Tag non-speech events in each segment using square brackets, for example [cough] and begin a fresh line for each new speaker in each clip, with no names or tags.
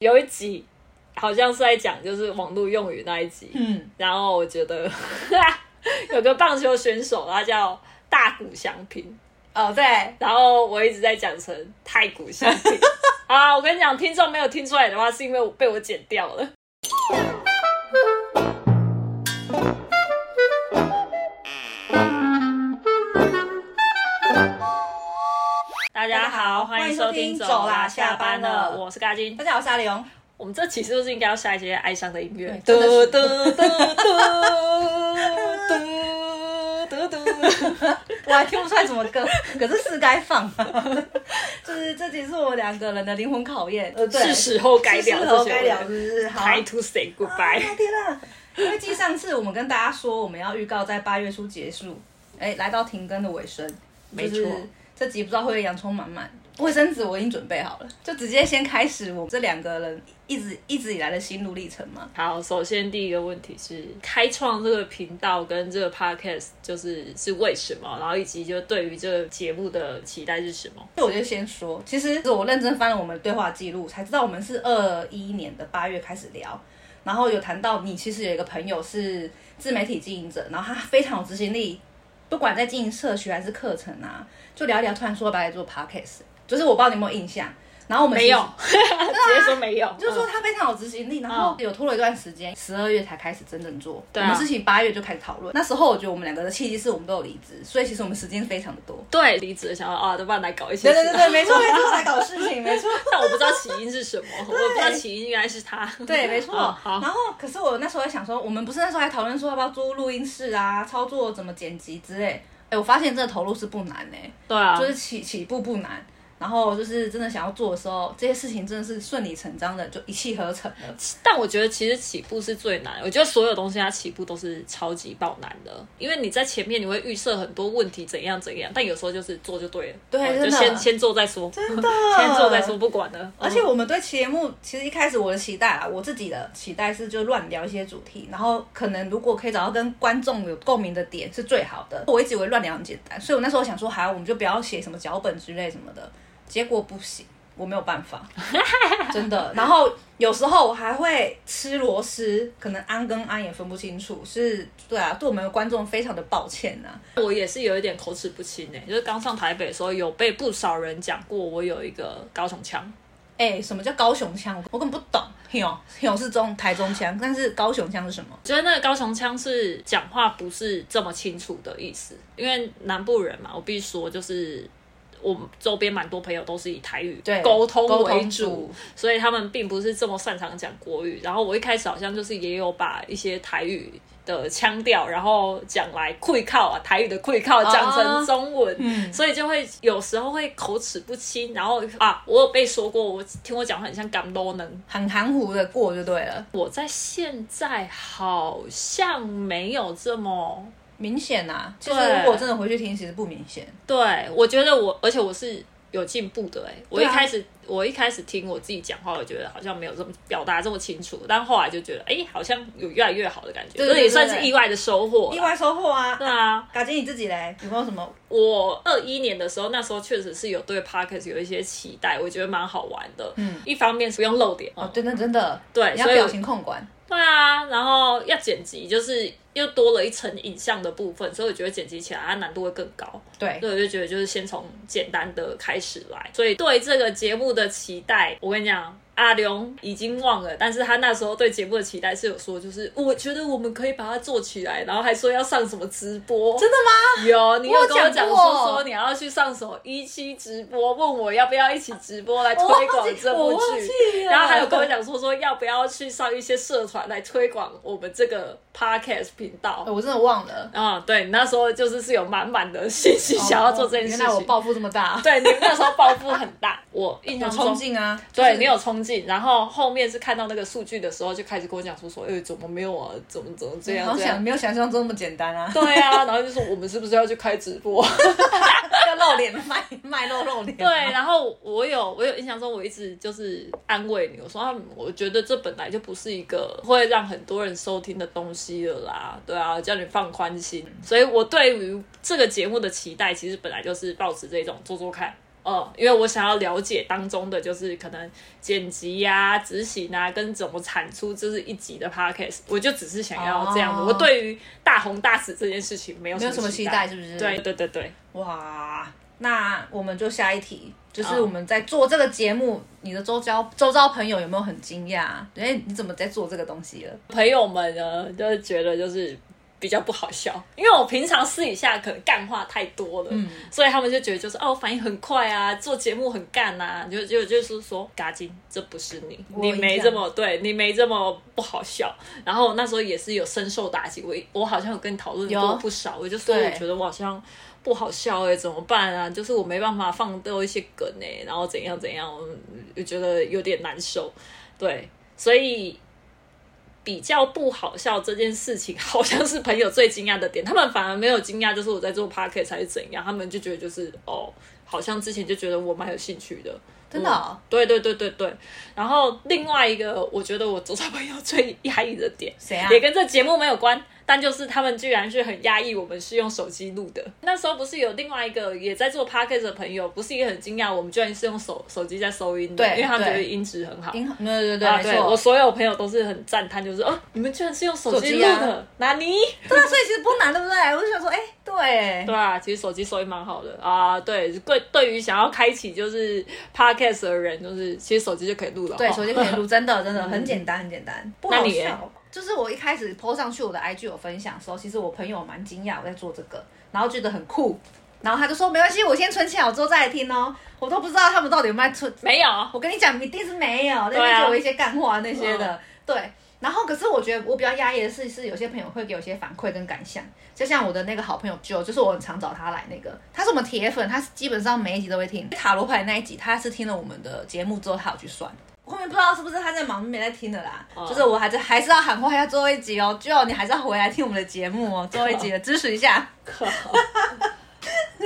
有一集好像是在讲就是网络用语那一集，
嗯，
然后我觉得 [laughs] 有个棒球选手，他叫大谷翔平，
哦对，
然后我一直在讲成太古翔 [laughs] 平。啊，我跟你讲，听众没有听出来的话，是因为我被我剪掉了。大家好，欢迎收听《走啦，下班了》，我是嘎金
大。家好，我是阿里荣。
我们这期是不是应该要下一些哀伤的音乐？
对真的是
嘟嘟嘟嘟嘟嘟。
[laughs] 我还听不出来什么歌，可是是该放。啊 [laughs] 就是这集是我两个人的灵魂考验，呃，对，
是时候该聊
是时
这
候
些
该
了
聊，是不是？好，
[laughs] Time to say
啊
goodbye。
天啊！因为记上次我们跟大家说我们要预告在八月初结束，哎、来到停更的尾声，
没
就是
错
这集不知道会不会洋葱满满。卫生纸我已经准备好了，就直接先开始我们这两个人一直一直以来的心路历程嘛。
好，首先第一个问题是，开创这个频道跟这个 podcast 就是是为什么，然后以及就对于这个节目的期待是什么？
那我就先说，其实我认真翻了我们的对话记录，才知道我们是二一年的八月开始聊，然后有谈到你其实有一个朋友是自媒体经营者，然后他非常有执行力，不管在经营社区还是课程啊，就聊一聊，突然说要不要来做 podcast，就是我不知道你有 [laughs] 没有印象，然后我们
没
其实
有，直接说没有，
[laughs] 就是说
嗯
他非常有执行力，然后有拖了一段时间，十二月才开始真正做。
对啊
我们事情八月就开始讨论。那时候我觉得我们两个的契机是我们都有离职，所以其实我们时间非常的多。
[laughs] 对离职的想要啊，要不然来搞一些
对
事
对对对，没错 [laughs] 没错，来搞事情，没错。
但我不知道起因是什么，我不知道起因原来是他。 [laughs]
对，没错。
哦好
然后，可是我那时候在想说，我们不是那时候还讨论说要不要租录音室啊，操作怎么剪辑之类。哎，我发现这个投入是不难呢、欸
对啊，
就是起起步不难。然后就是真的想要做的时候，这些事情真的是顺理成章的，就一气呵成了。
但我觉得其实起步是最难，我觉得所有东西它起步都是超级爆难的，因为你在前面你会预设很多问题怎样怎样，但有时候就是做就对了，
对
哦
真
就
的
先先做再说， [laughs]
真的
先做再说，不管了。
而且我们对节目其实一开始我的期待啊，我自己的期待是就乱聊一些主题，然后可能如果可以找到跟观众有共鸣的点是最好的。我一直以为乱聊很简单，所以我那时候想说，好，啊我们就不要写什么脚本之类什么的。结果不行，我没有办法，真的。然后有时候我还会吃螺丝，可能安跟安也分不清楚，是对啊，对我们的观众非常的抱歉啊。
我也是有一点口齿不清诶、欸就是刚上台北的时候有被不少人讲过我有一个高雄腔，
哎、什么叫高雄腔？我根本不懂。有有哦是中台中腔，但是高雄腔是什么？
觉得那个高雄腔是讲话不是这么清楚的意思，因为南部人嘛，我必须说就是。我周边蛮多朋友都是以台语
对
沟通
沟
为
通
主，
主
所以他们并不是这么擅长讲国语。然后我一开始好像就是也有把一些台语的腔调，然后讲来会靠啊，台语的会靠讲成中文，
嗯
所以就会有时候会口齿不清。然后啊，我有被说过，我听我讲话很像甘露能。
很含糊的过就对了，
我在现在好像没有这么。
明显啊。其实
对
如果真的回去听，其实不明显。
对，我觉得我，而且我是有进步的哎、我一
对啊
开始、我一开始听我自己讲话，我觉得好像没有这么表达这么清楚，但后来就觉得哎、好像有越来越好的感觉，
对
这
对
也
对
算
对
是
对
意外的收获啦。
意外收获啊！
对啊，
嘎姐你自己嘞，有没有什么？
我二一年的时候，那时候确实是有对 Parkes 有一些期待，我觉得蛮好玩的。嗯，一方面是不用露脸，
哦，真的真的，
对
你要
所以
表情控管，
对啊，然后要剪辑，就是又多了一层影像的部分，所以我觉得剪辑起来它难度会更高。
对
所，以我就觉得就是先从简单的开始来，所以对这个节目的期待，我跟你讲。阿龙已经忘了，但是他那时候对节目的期待是有说，就是我觉得我们可以把它做起来，然后还说要上什么直播，
真的吗？
有你有
我
跟我
讲
讲
过
说说你要去上什么一期直播，问我要不要一起直播来推广这
我
部
忘记
剧，
了
然后还有跟我讲说说要不要去上一些社团来推广我们这个 podcast 频道
哎。我真的忘了。
啊、对，你那时候就是是有满满的信息 [laughs] 想要做这件事
哦
情。
原来我抱负这么大，
对，你们那时候抱负很
[laughs]
大，我印
有
象
冲
中。
劲啊！
对
就是
你有冲劲，然后后面是看到那个数据的时候，就开始跟我讲说说，哎、怎么没有啊？怎么怎么这样
好
这
想
样？
没有想象中那么简单啊！
对啊，然后就说我们是不是要去开直播？
要露脸卖卖露露脸，啊
对，，然后我有我有印象中，我一直就是安慰你，我说啊，我觉得这本来就不是一个会让很多人收听的东西了啦，对啊，叫你放宽心。所以我对于这个节目的期待，其实本来就是抱持这种做做看，呃，因为我想要了解当中的就是可能剪辑呀、执行啊，跟怎么产出，就是一集的 podcast，我就只是想要这样子。
哦
我对于大红大紫这件事情没有
没有什
什
么
么
期
待
待，，是不是？
对，对对对，
哇，那我们就下一题，
啊
就是我们在做这个节目，你的周遭周遭朋友有没有很惊讶？哎，你怎么在做这个东西了？
朋友们呢，就是觉得就是比较不好笑，因为我平常私底下可能干话太多了，
嗯
所以他们就觉得就是哦，我反应很快啊，做节目很干啊，就就就是说，嘎金，这不是你，
我
你
一
没
样
这么对，你没这么不好笑。然后那时候也是有深受打击，我我好像有跟你讨论过
有
不少，我就说
对
我觉得我好像。不好笑哎、欸，怎么办啊？就是我没办法放掉一些梗哎、然后怎样怎样，我我觉得有点难受。对，所以比较不好笑这件事情，好像是朋友最惊讶的点。他们反而没有惊讶，就是我在做 p a r k e t 才是怎样，他们就觉得就是哦，好像之前就觉得我蛮有兴趣的。
真的哦、
对对对对对。然后另外一个，我觉得我周遭朋友最压抑的点，
谁啊
也跟这节目没有关，但就是他们居然是很压抑，我们是用手机录的。 [laughs] 那时候不是有另外一个也在做 podcast 的朋友，不是也很惊讶，我们居然是用手手机在收音的，
对
因为他们觉得
对
音质很好。
银行，对对对，
啊，
没
对我
错。
所有朋友都是很赞叹，就是哦，你们居然是用手机
手
录
机啊
的，纳尼？
对啊，所以其实不难，对不对？我就想说，哎，对，
对啊，其实手机收音蛮好的啊。对，对，对于想要开启就是 podcast 的人，就是其实手机就可以录了。
对，
哦
手机可以录，真的
[laughs]
真的很简单，很简单，不
嗯那
好
你耶
笑。就是我一开始 PO 上去我的 IG 有分享的时候，其实我朋友蛮惊讶我在做这个，然后觉得很酷，然后他就说没关系，我先存起来，我之后再来听哦。我都不知道他们到底有没有存，
没有，
我跟你讲，一定是没有，那
对啊嗯
边给我一些干话那些的，对。然后，可是我觉得我比较压抑的是，是有些朋友会给我一些反馈跟感想，就像我的那个好朋友 Joe，就是我很常找他来那个，他是我们铁粉，他是基本上每一集都会听塔罗牌那一集，他是听了我们的节目之后，他有去算。后面不知道是不是他在忙，没在听的啦。
哦
就是我还在还是要喊话一下最后一集哦，Joe，你还是要回来听我们的节目哦，最后一集的支持
[laughs]
一下。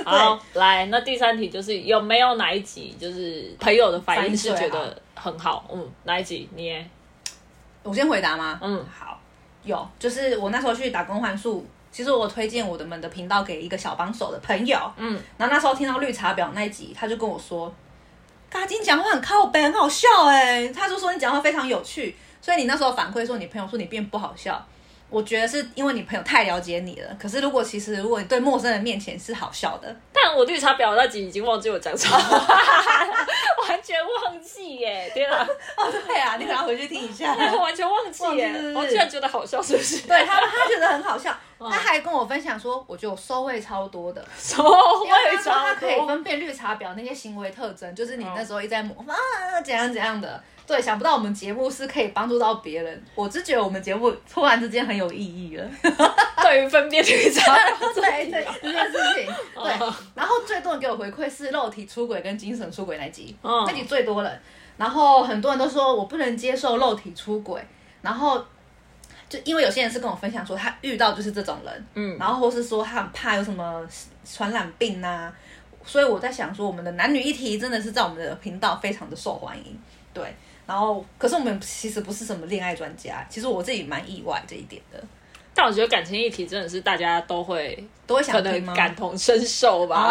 好，来，那第三题就是有没有哪一集就是朋友的反应是
反应
觉
最好
得很好？嗯，哪一集？你耶？
我先回答吗？
嗯
好，有，就是我那时候去打工换宿，其实我推荐我的们的频道给一个小帮手的朋友，嗯，然后那时候听到绿茶婊那一集，他就跟我说，嘎金讲话很靠北，很好笑哎、他就说你讲话非常有趣，所以你那时候反馈说你朋友说你变不好笑。我觉得是因为你朋友太了解你了，可是如果其实如果你对陌生人面前是好笑的， [laughs]
但我绿茶婊那集已经忘记我讲什么， [laughs] 完全忘记耶！天啊，
哦对啊，你可能要回去听一下。 [laughs]
[laughs] 我完全忘记耶
忘记是！不是
我居然觉得好笑，是不是？
对他，他觉得很好笑，他还跟我分享说，我觉得我收获超多的，
什么我 [laughs]
因为
也
他说啊他可以
超多
分辨绿茶婊那些行为特征，就是你那时候一直在模仿啊怎样怎样的。对，想不到我们节目是可以帮助到别人，我是觉得我们节目突然之间很有意义了。
对于分辨绿茶婊这
对
一
对
题啊，，
这件事情对
哦。
然后最多人给我回馈是肉体出轨跟精神出轨那集，
嗯
那集最多人。然后很多人都说我不能接受肉体出轨，然后就因为有些人是跟我分享说他遇到就是这种人，
嗯
然后或是说他很怕有什么传染病呐、所以我在想说我们的男女议题真的是在我们的频道非常的受欢迎，对。然后，可是我们其实不是什么恋爱专家，其实我自己蛮意外这一点的，
但我觉得感情议题真的是大家都会
都会想
可
听吗
能？感同身受吧。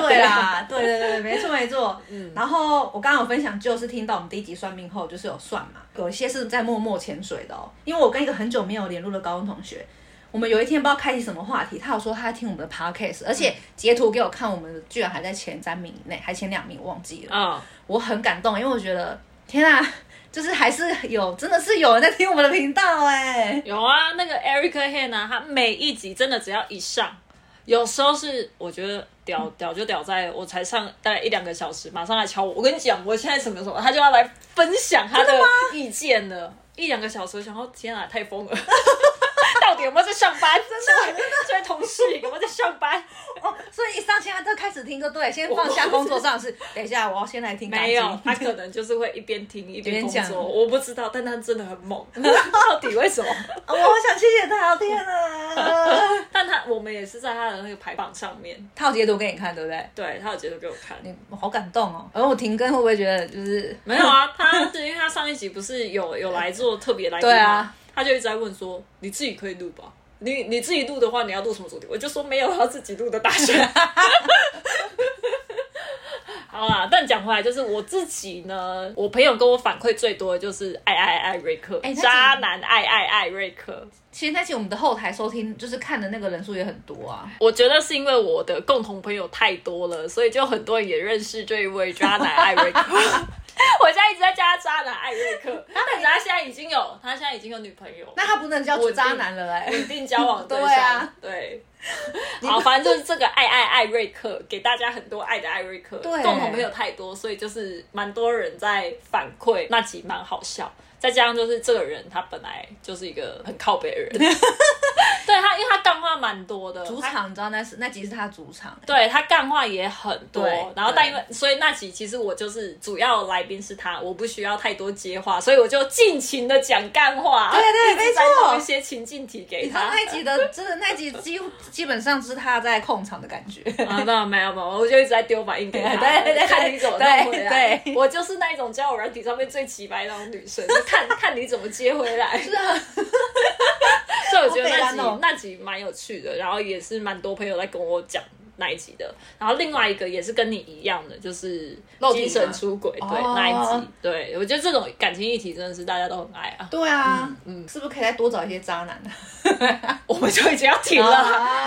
[laughs]
对啦，对对对，没错没错。然后我刚刚有分享，就是听到我们第一集算命后，就是有算嘛，有一些是在默默潜水的哦。因为我跟一个很久没有联络的高中同学，我们有一天不知道开启什么话题，他有说他在听我们的 podcast，而且截图给我看，我们居然还在前三名以内，还前两名，我忘记了。
嗯，
我很感动，因为我觉得天啊，就是还是有，真的是有人在听我们的频道哎、
有啊，那个 Erica Han 啊，他每一集真的只要一上，有时候是我觉得屌屌就屌在我才上大概一两个小时，马上来敲我。我跟你讲，我现在什么什么，他就要来分享他的意见了。一两个小时，我想说天啊，太疯 [laughs] 了。到底有没有在上班？真的，这位同事有没有在上班？
哦，所以一上线他就开始听，就对，先放下工作上的事，等一下我要先来听感
没
情。
有，他可能就是会一边听一边
边
工
讲
作，我不知道，但他真的很 [laughs] 猛。到底为什么？
哦我好想谢谢他，天 [laughs] 啊！
但他我们也是在他的那个排榜上面，
他有截图给你看，对不对？
对他有截图给我看。
你我好感动哦。然后我停更会不会觉得就是
没有啊，他是因为他上一集不是有有来做特别来宾
对
吗？
啊
他就一直在问说，你自己可以录吧？你你自己录的话，你要啊录什么主题？我就说没有，他自己录的大学。好 [laughs] 好啦，但讲回来，就是我自己呢，我朋友跟我反馈最多的就是爱爱爱瑞克，
哎那其实
渣男爱爱爱瑞克。
其实那期我们的后台收听就是看的那个人数也很多啊，
我觉得是因为我的共同朋友太多了，所以就很多人也认识这一位渣男艾瑞
[laughs]
克。我现在一直在叫他渣男艾瑞克，但是他现在已经有，他现在已经有女朋友，
那他不能叫
我
渣男了哎、
稳定交往对象。
对啊
对。好，反正就是这个爱爱艾瑞克，给大家很多爱的艾瑞克。
对
共同朋友太多，所以就是蛮多人在反馈，那集蛮好笑。再加上就是这个人，他本来就是一个很靠北的
[laughs]
人，对他，因为他干话蛮多的，
主
他
场你知道那是那集是他主场、哎
对他干话也很多
对，
然后但
对
因为所以那集其实我就是主要来宾是他，我不需要太多接话，所以我就尽情的讲干话，
对对
一直
没
在
错
弄一些情境题给
你知哎道
他。
那集的真的那集几乎基本上是他在控场的感觉，
[laughs] 啊，那没有没有，我就一直在丢反应给 [laughs] 他，哎
对对对
看你怎么弄回来。
对对
我就是那一种交友软体上面最奇白的那种女生，就 [laughs] 看看你怎么接回来。[laughs]
是啊，
所以我觉得那
好北
集、
蓝哦
那集蛮有趣的，然后也是蛮多朋友在跟我讲那一集的。然后另外一个也是跟你一样的， [laughs] 就是
肉体
精
吗
神出轨，对、
哦
那一集，对我觉得这种感情议题真的是大家都很爱啊。
对啊，嗯，是不是可以再多找一些渣男啊？
[laughs] 我们就已经要停了，
啊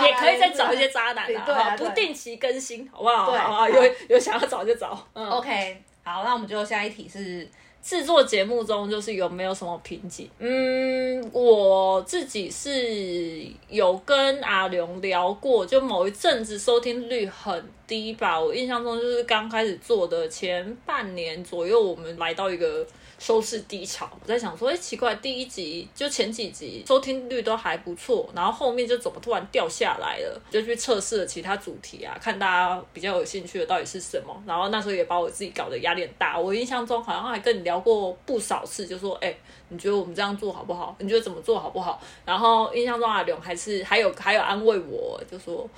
[laughs] 也可以再找一些渣男
对
啊，
对
好不
啊
好
对
不定期更新，好不好？
对
好不好？有有想要找就找，嗯。
OK，好，那我们就下一题是，
制作节目中，就是有没有什么瓶颈？嗯，我自己是有跟阿龙聊过，就某一阵子收听率很低吧。我印象中就是刚开始做的前半年左右，我们来到一个收视低潮。我在想说，哎、奇怪，第一集就前几集收听率都还不错，然后后面就怎么突然掉下来了？就去测试了其他主题啊，看大家比较有兴趣的到底是什么。然后那时候也把我自己搞得压力很大。我印象中好像还跟你聊过不少次，就说，哎、你觉得我们这样做好不好？你觉得怎么做好不好？然后印象中阿勇还是还有还有安慰我，就说。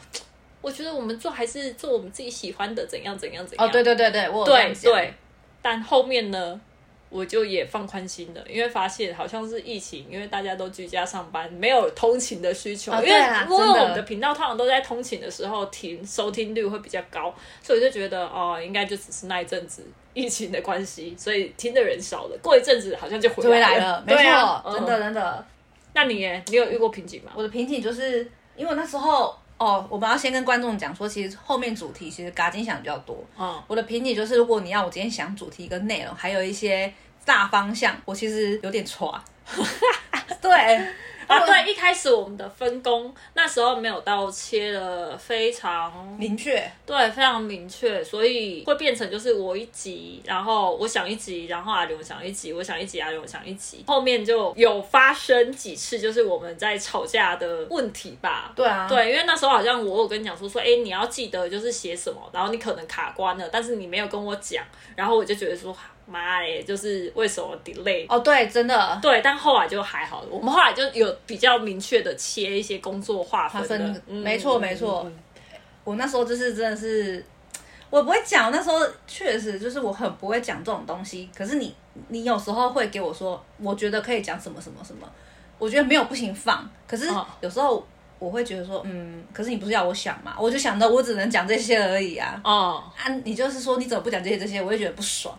我觉得我们做还是做我们自己喜欢的，怎样怎样怎样。
哦，对对对对，我有这
对
样想，
对，但后面呢，我就也放宽心了，因为发现好像是疫情，因为大家都居家上班，没有通勤的需求。
哦
因
对
为
啦
因为
真的
我们的频道通常都在通勤的时候听，收听率会比较高，所以我就觉得哦，应该就只是那一阵子疫情的关系，所以听的人少了。过一阵子好像就
就
回
回来
了
了，，没
对
错，
啊
真。
嗯
的真的，
那你耶，你有遇过瓶颈吗？
我的瓶颈就是因为那时候哦，我们要先跟观众讲说，其实后面主题其实嘎金想比较多。
嗯，
我的瓶颈就是，如果你要我今天想主题跟内容，还有一些大方向，我其实有点 [laughs] 抓。对，
啊，对，一开始我们的分工那时候没有到切的非常
明确，
对，非常明确，所以会变成就是我一集，然后我想一集，然后阿刘想一集，我想一集，阿刘想一集，后面就有发生几次就是我们在吵架的问题吧。
对啊，
对，因为那时候好像我有跟你讲说说，哎、你要记得就是写什么，然后你可能卡关了，但是你没有跟我讲，然后我就觉得说，妈嘞，就是为什么 delay？
哦对，真的，
对，但后来就还好，我们后来就有比较明确的切一些工作划分
划
了，
分
嗯
没错
嗯
没错
嗯嗯
我那时候就是真的是，我不会讲，那时候确实就是我很不会讲这种东西。可是你，你有时候会给我说，我觉得可以讲什么什么什么，我觉得没有不行放。可是
哦
有时候我会觉得说，嗯，可是你不是要我想嘛？我就想到我只能讲这些而已啊。
哦。
啊，你就是说你怎么不讲这些这些，我就觉得
[laughs]
不爽。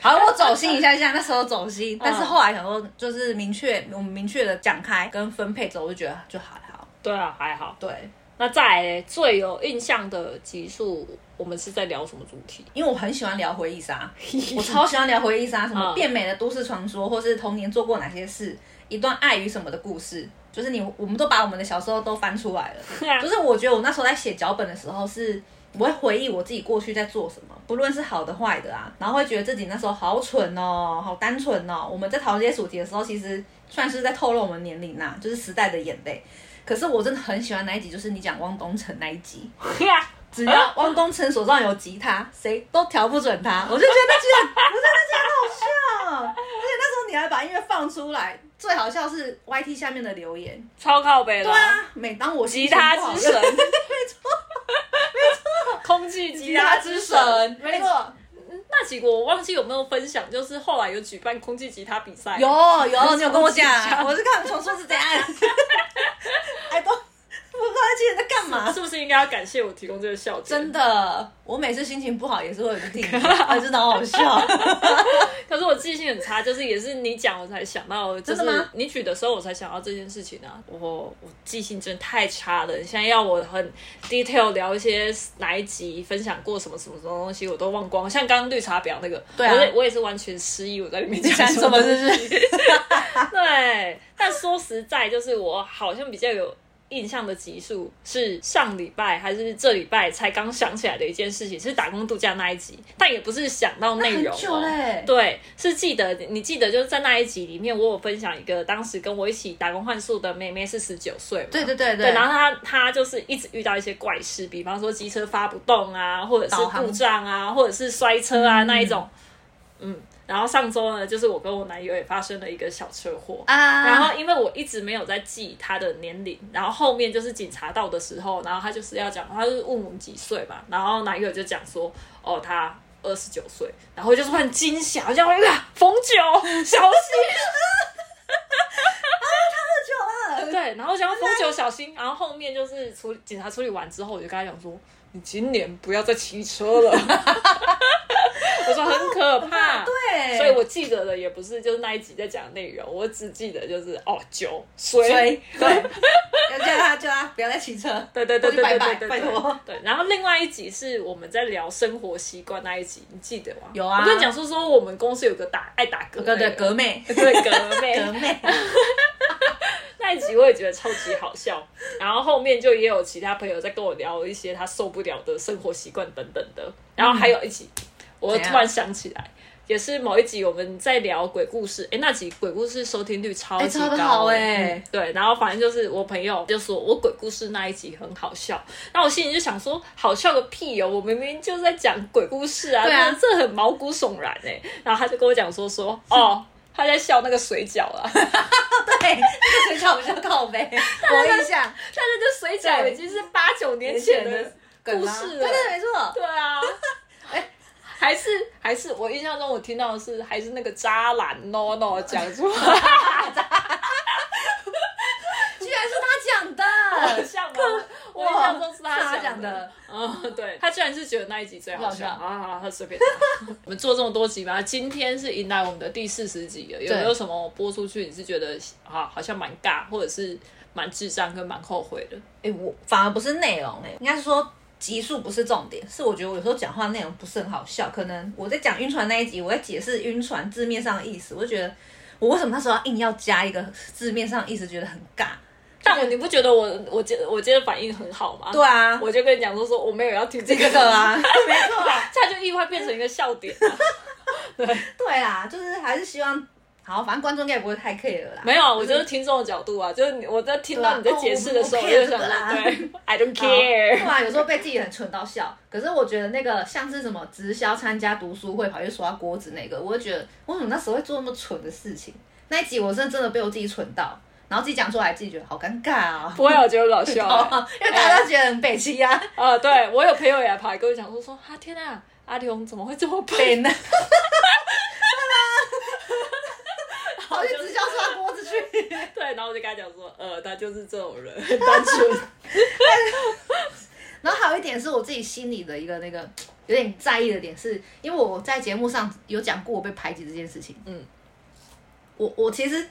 好，我走心一下下，那时候走
嗯
心，但是后来想说，就是明确我们明确的讲开跟分配走，我就觉得就还好。
对啊，还好。
对，
那再来嘞最有印象的集数，我们是在聊什么主题？ [laughs]
因为我很喜欢聊回忆杀，我超喜欢聊回忆杀，什么
嗯
变美的都市传说，或是童年做过哪些事，一段爱与什么的故事，就是你我们都把我们的小时候都翻出来了。
嗯
就是我觉得我那时候在写脚本的时候是。我会回忆我自己过去在做什么，不论是好的坏的啊，然后会觉得自己那时候好蠢哦，好单纯哦。我们在讨论这些主题的时候，其实算是在透露我们年龄呐、就是时代的眼泪。可是我真的很喜欢那一集，就是你讲汪东城那一集，只要汪东城手上有吉他，谁都调不
[laughs]
准他。我就觉得那句，我真的觉得好笑。而且那时候你还把音乐放出来，最好笑是 YT 下面的留言。
超靠北了。
对，啊，每当我
吉
心情不
他
好
之 [laughs] 神，没错，没错，空气吉他之神，
没。错，
那几个我忘记有没有分享，就是后来有举办空气吉他比赛，
有
[laughs]
有，你有跟我
超级像 [laughs]
讲，我是看从说是怎样。哎，都不知道在些人在干嘛？
是不是应该要感谢我提供这个笑点？
真的，我每次心情不好也是会有一听，
[laughs]
还哎真的好好笑。
可是我记性很差，就是也是你讲我才想到，就
真的
是
吗
你举的时候我才想到这件事情啊。我我记性真的太差了，你现在要我很 detail 聊一些哪一集分享过什么什么什么东西，我都忘光。像刚刚绿茶婊那个，
对啊
我也我也是完全失忆，我在里面讲
讲什 [laughs] 么
东西
是不是？
[laughs] 对，但说实在，就是我好像比较有印象的集数是上礼拜还是这礼拜才刚想起来的一件事情，是打工度假那一集，但也不是想到内容、哦。
嘞，
对，是记得你记得就是在那一集里面，我有分享一个当时跟我一起打工换宿的妹妹是十九岁嘛，
对对对
对，然后她她就是一直遇到一些怪事，比方说机车发不动啊，或者是
导航
故障啊，或者是摔车啊、那一种，嗯，然后上周呢，就是我跟我男友也发生了一个小车祸，
啊，
然后因为我一直没有在记他的年龄，然后后面就是警察到的时候，然后他就是要讲，他就是问我们几岁嘛，然后男友就讲说，哦，他二十九岁，然后我就是很惊吓，我就哎呀，逢九小心，
久了，
对，然后我想要逢九小心，然后后面就是处理警察处理完之后，我就跟他讲说，你今年不要再骑车了， [laughs] 我说很可怕，对。
对，
所以我记得的也不是就是那一集在讲的内容，我只记得就是哦九水
追对，要叫他叫他不要再骑车，
对对对对对对对，
拜托。
对，然后另外一集是我们在聊生活习惯那一集，你记得吗？
有啊
我跟你讲说说我们公司有个打爱打嗝，
对对，革 [laughs] 妹，
[laughs] 对革
革
妹
妹，
那一集我也觉得超级好笑。然后后面就也有其他朋友在跟我聊一些他受不了的生活习惯等等的。然后还有一集，我
怎样
突然想起来。也是某一集我们在聊鬼故事，哎、那集鬼故事收听率超级
哎超
高、
得好
诶嗯
哎
对，然后反正就是我朋友就说我鬼故事那一集很好笑，那我心里就想说好笑个屁哦，我明明就在讲鬼故事啊，
对啊
那这很毛骨悚然哎、然后他就跟我讲说说哦，他在笑那个水饺啊，
对，这个水饺比较靠 [laughs] 背，我印象
但是这水饺已经是八九年前的
梗
故
啦
事
对
了。
对没错，
对啊， [laughs] 哎，还是还是我印象中我听到的是还是那个渣男 no no 讲出 [laughs] 来，
居然是他讲的，
像吗？我印象中是
哇
他
是他讲的。
嗯，对，他居然是觉得那一集最好笑
好笑
啊！好好，随便。 [laughs] 我们做这么多集嘛，今天是迎来我们的第四十集了，有没有什么播出去你是觉得啊好像蛮尬，或者是蛮智障跟蛮后悔的？
[laughs] 哎、我反而不是内容、欸，哎，应该是说集数不是重点，是我觉得我有时候讲话内容不是很好笑。可能我在讲晕船那一集，我在解释晕船字面上的意思，我就觉得我为什么那时候要硬要加一个字面上的意思，觉得很尬。
但我你不觉得我我今我今天反应很好吗？
对啊，
我就跟你讲说说我没有要听这个
这
[laughs]
个，啊，没错，
他就意外变成一个笑点、啊。
对啊，就是还是希望。好，反正观众应该也不会太 care 了啦。
没有啊，我就是听众的角度啊，就是你我在听到你在解释的时候，我
对啊
就想
哦
说，
我不
对，I don't
好对
care。 [laughs]
啊，有时候被自己很蠢到笑。可是我觉得那个像是什么直销参加读书会跑去刷锅子那个，我就觉得为什么那时候会做那么蠢的事情？那一集我是真的被我自己蠢到，然后自己讲出来，自己觉得好尴尬啊、
不会，我觉得搞笑、欸。
哦，因为大家都觉得很北七呀、啊，
啊，对我有朋友也跑来跟我讲说说，啊天啊，阿龙怎么会这么笨？
北呢，
然后
跑
我
去
就
直销刷锅子去，
[laughs] 对，然后我就跟他讲说，呃，他就是这种人， [laughs] 很单纯。
然后还有一点是我自己心里的一个那个有点在意的点是，因为我在节目上有讲过我被排挤这件事情。
嗯，
我我其实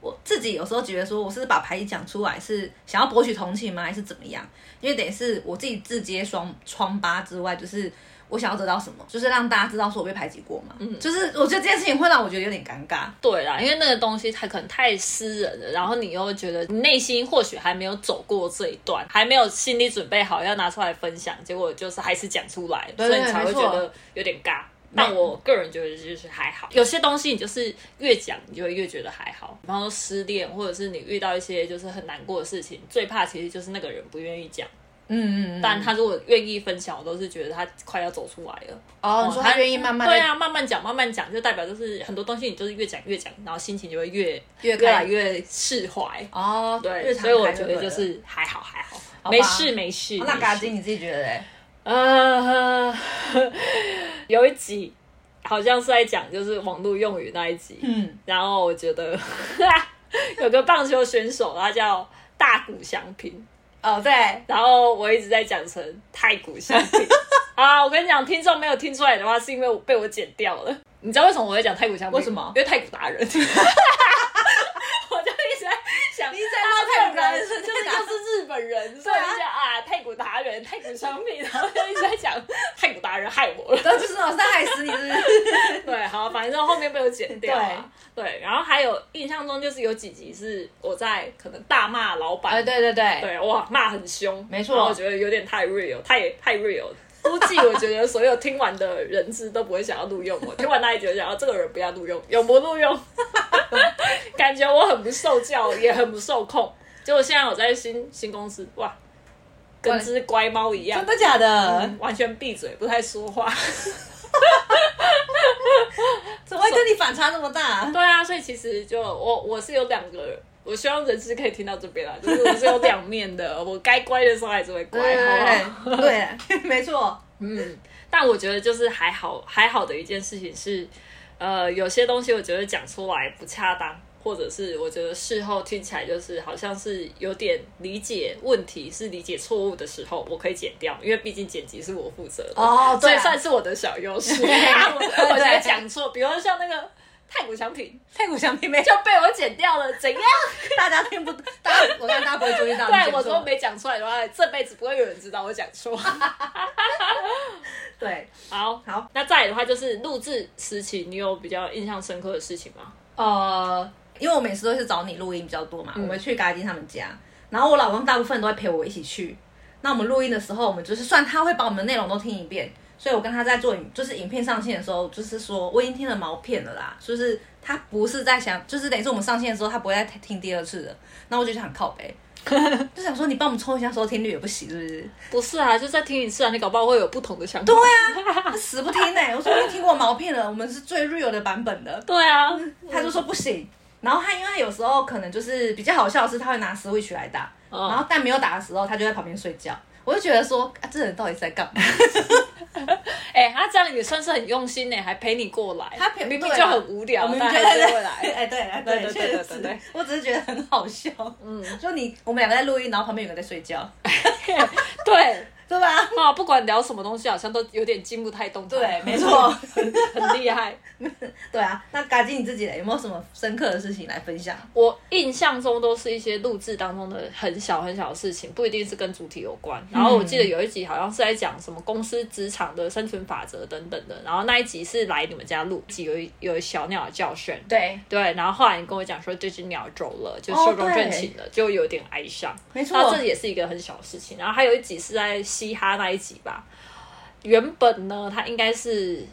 我自己有时候觉得说，我是把排挤讲出来是想要博取同情吗，还是怎么样？因为等于是我自己自揭双疮疤之外，就是。我想要得到什么，就是让大家知道说我被排挤过嘛。嗯，就是我觉得这件事情会让我觉得有点尴尬。
对啦，因为那个东西它可能太私人了，然后你又觉得你内心或许还没有走过这一段，还没有心理准备好要拿出来分享，结果就是还是讲出来，
对
所以你
对
才会
没错
觉得有点尬。但我个人觉得就是还好，有些东西你就是越讲你就会越觉得还好，比方说失恋，或者是你遇到一些就是很难过的事情，最怕其实就是那个人不愿意讲，
嗯嗯嗯。
但他如果愿意分享，我都是觉得他快要走出来了。
哦，你说他愿意慢慢
对
的
啊，慢慢讲，慢慢讲，就代表就是很多东西你就是越讲越讲，然后心情就会越
越
越来
开
越释怀。
哦，
对，
越敞
所以我
开
觉得
对
就
了
是还好还好，
好吧哦
没事没事。
那
没
嘎
事
金你自己觉得嘞？
呃， [laughs] 有一集好像是在讲就是网络用语那一集，
嗯，
然后 [laughs] 我觉得有个棒球选手他叫大谷翔平，
嗯哦，对，
然后我一直在讲成太古香
[laughs]
槟啊。我跟你讲，听众没有听出来的话，是因为我被我剪掉了。你知道为什么我会讲太古香槟？
为什么
因为太古达
[laughs]
人。我就一直在想，啊
你一直在骂太古达人
就是就是日本人，所以我就讲啊，太古达人、太古香槟，然后就一直在讲太古达人害我
[laughs]
了。
然后就是老师在害死你，是不是？
对，好，反正后面被我剪掉了。对，然后还有印象中就是有几集是我在可能大骂老板
哎， [laughs] 对对对，
对，哇，骂很凶，
没错
然后我觉得有点太 real，太太 real。估计我觉得所有听完的人质都不会想要录用我，听完那一集就想要这个人不要录用，永不录用。 [laughs] 感觉我很不受教，也很不受控。结果现在我在新新公司，哇，跟只乖猫一样
真，的假的？
完全闭嘴，不太说话。 [laughs]
怎么会跟你反差那么大？
对啊，所以其实就我我是有两个，我希望人质可以听到这边啦，就是我是有两面的，我该乖的时候还是会乖，好不好？
对对， [laughs] 没错，
嗯，但我觉得就是还好，还好的一件事情是，呃，有些东西我觉得讲出来不恰当，或者是我觉得事后听起来就是好像是有点理解问题是理解错误的时候，我可以剪掉，因为毕竟剪辑是我负责的，
哦
所
对啊
以算是我的小优势。啊
对
我
[laughs]
我觉
对
得讲错，比如说像那个太古香品
太古香槟没
就被我剪掉了，
[laughs]
怎样？
大家听不，大家我看大家不会注意到。啊你
对，
先
我说没讲出来的话，这辈子不会有人知道我讲错。
对，
好，
好，
那再来的话就是录制时期，你有比较印象深刻的事情吗？
呃，因为我每次都是找你录音比较多嘛，我们去嘎金他们家，然后我老公大部分都会陪我一起去。那我们录音的时候，我们就是算他会把我们的内容都听一遍，所以我跟他在做影，就是影片上线的时候，就是说我已经听了毛片了啦，就是他不是在想，就是等于是我们上线的时候，他不会再听第二次的。那我就想靠背， [laughs] 就想说你帮我们冲一下收听率也不行，是不是？
不是啊，就再听一次啊，你搞不好会有不同的想法。
他啊死不听呢、我说你听过毛片了，我们是最 real 的版本
[laughs]
的。
对啊，
他就说不行。然后他因为他有时候可能就是比较好笑的是，他会拿 Switch 来打，
嗯
然后但没有打的时候，他就在旁边睡觉。我就觉得说，啊，这人到底是在干嘛？
哎、他这样也算是很用心欸呢、还陪你过来，
他陪
明明
对啊
就很无聊，
我明明
但
觉
还是
得
会来。
哎，对，哎
对对
确
对对
实
对对
我只是觉得很好笑。嗯，就你我们两个在录音，然后旁边有个在睡觉， [laughs]
对，
对吧？
啊，不管聊什么东西，好像都有点进不太动弹。
对，没，错，
[laughs] 嗯很厉害。
对啊。那嘎吉你自己嘞，有没有什么深刻的事情来分享？
我印象中都是一些录制当中的很小很小的事情，不一定是跟主题有关。然后我记得有一集好像是在讲什么公司职场的生存法则等等的，然后那一集是来你们家录，集有一有一小鸟的叫声。
对，
对，然后后来你跟我讲说这只鸟走了，就
哦
寿终正
对
寝了，就有点哀伤。
没错
那，这也是一个很小的事情。然后还有一集是在嘻哈那一集吧，原本呢，它应该是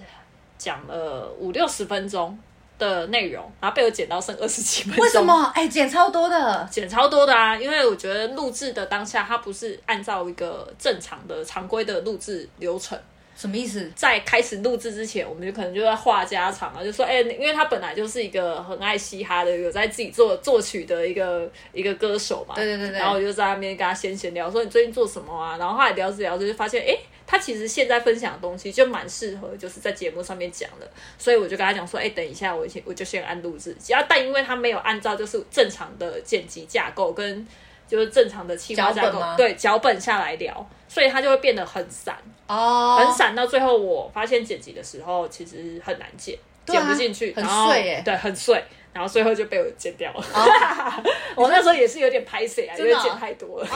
讲了五六十分钟的内容，然后被我剪到剩二十几分钟。
为什？么？哎，剪超多的，
剪超多的啊，因为我觉得录制的当下，它不是按照一个正常的常规的录制流程。
什么意思？
在开始录制之前，我们就可能就在话家常啊，就说，哎、因为他本来就是一个很爱嘻哈的，有在自己作作曲的一个一个歌手嘛，
对对对对
然后我就在那边跟他闲闲聊，说你最近做什么啊？然后后来聊着聊着就发现，哎、他其实现在分享的东西就蛮适合，就是在节目上面讲的，所以我就跟他讲说，哎、等一下我先我就先按录制，只要但因为他没有按照就是正常的剪辑架构跟就是正常的企划
脚
架
本
构
吗，
对脚本下来聊，所以他就会变得很散。
哦，
很散到最后，我发现剪辑的时候其实很难剪，
对啊
剪不进去，
很
然后
碎耶
对，很碎，然后最后就被我剪掉了。
哦
[laughs] 我那时候也是有点拍谁啊，因
真的哦
为剪太多了。 [laughs]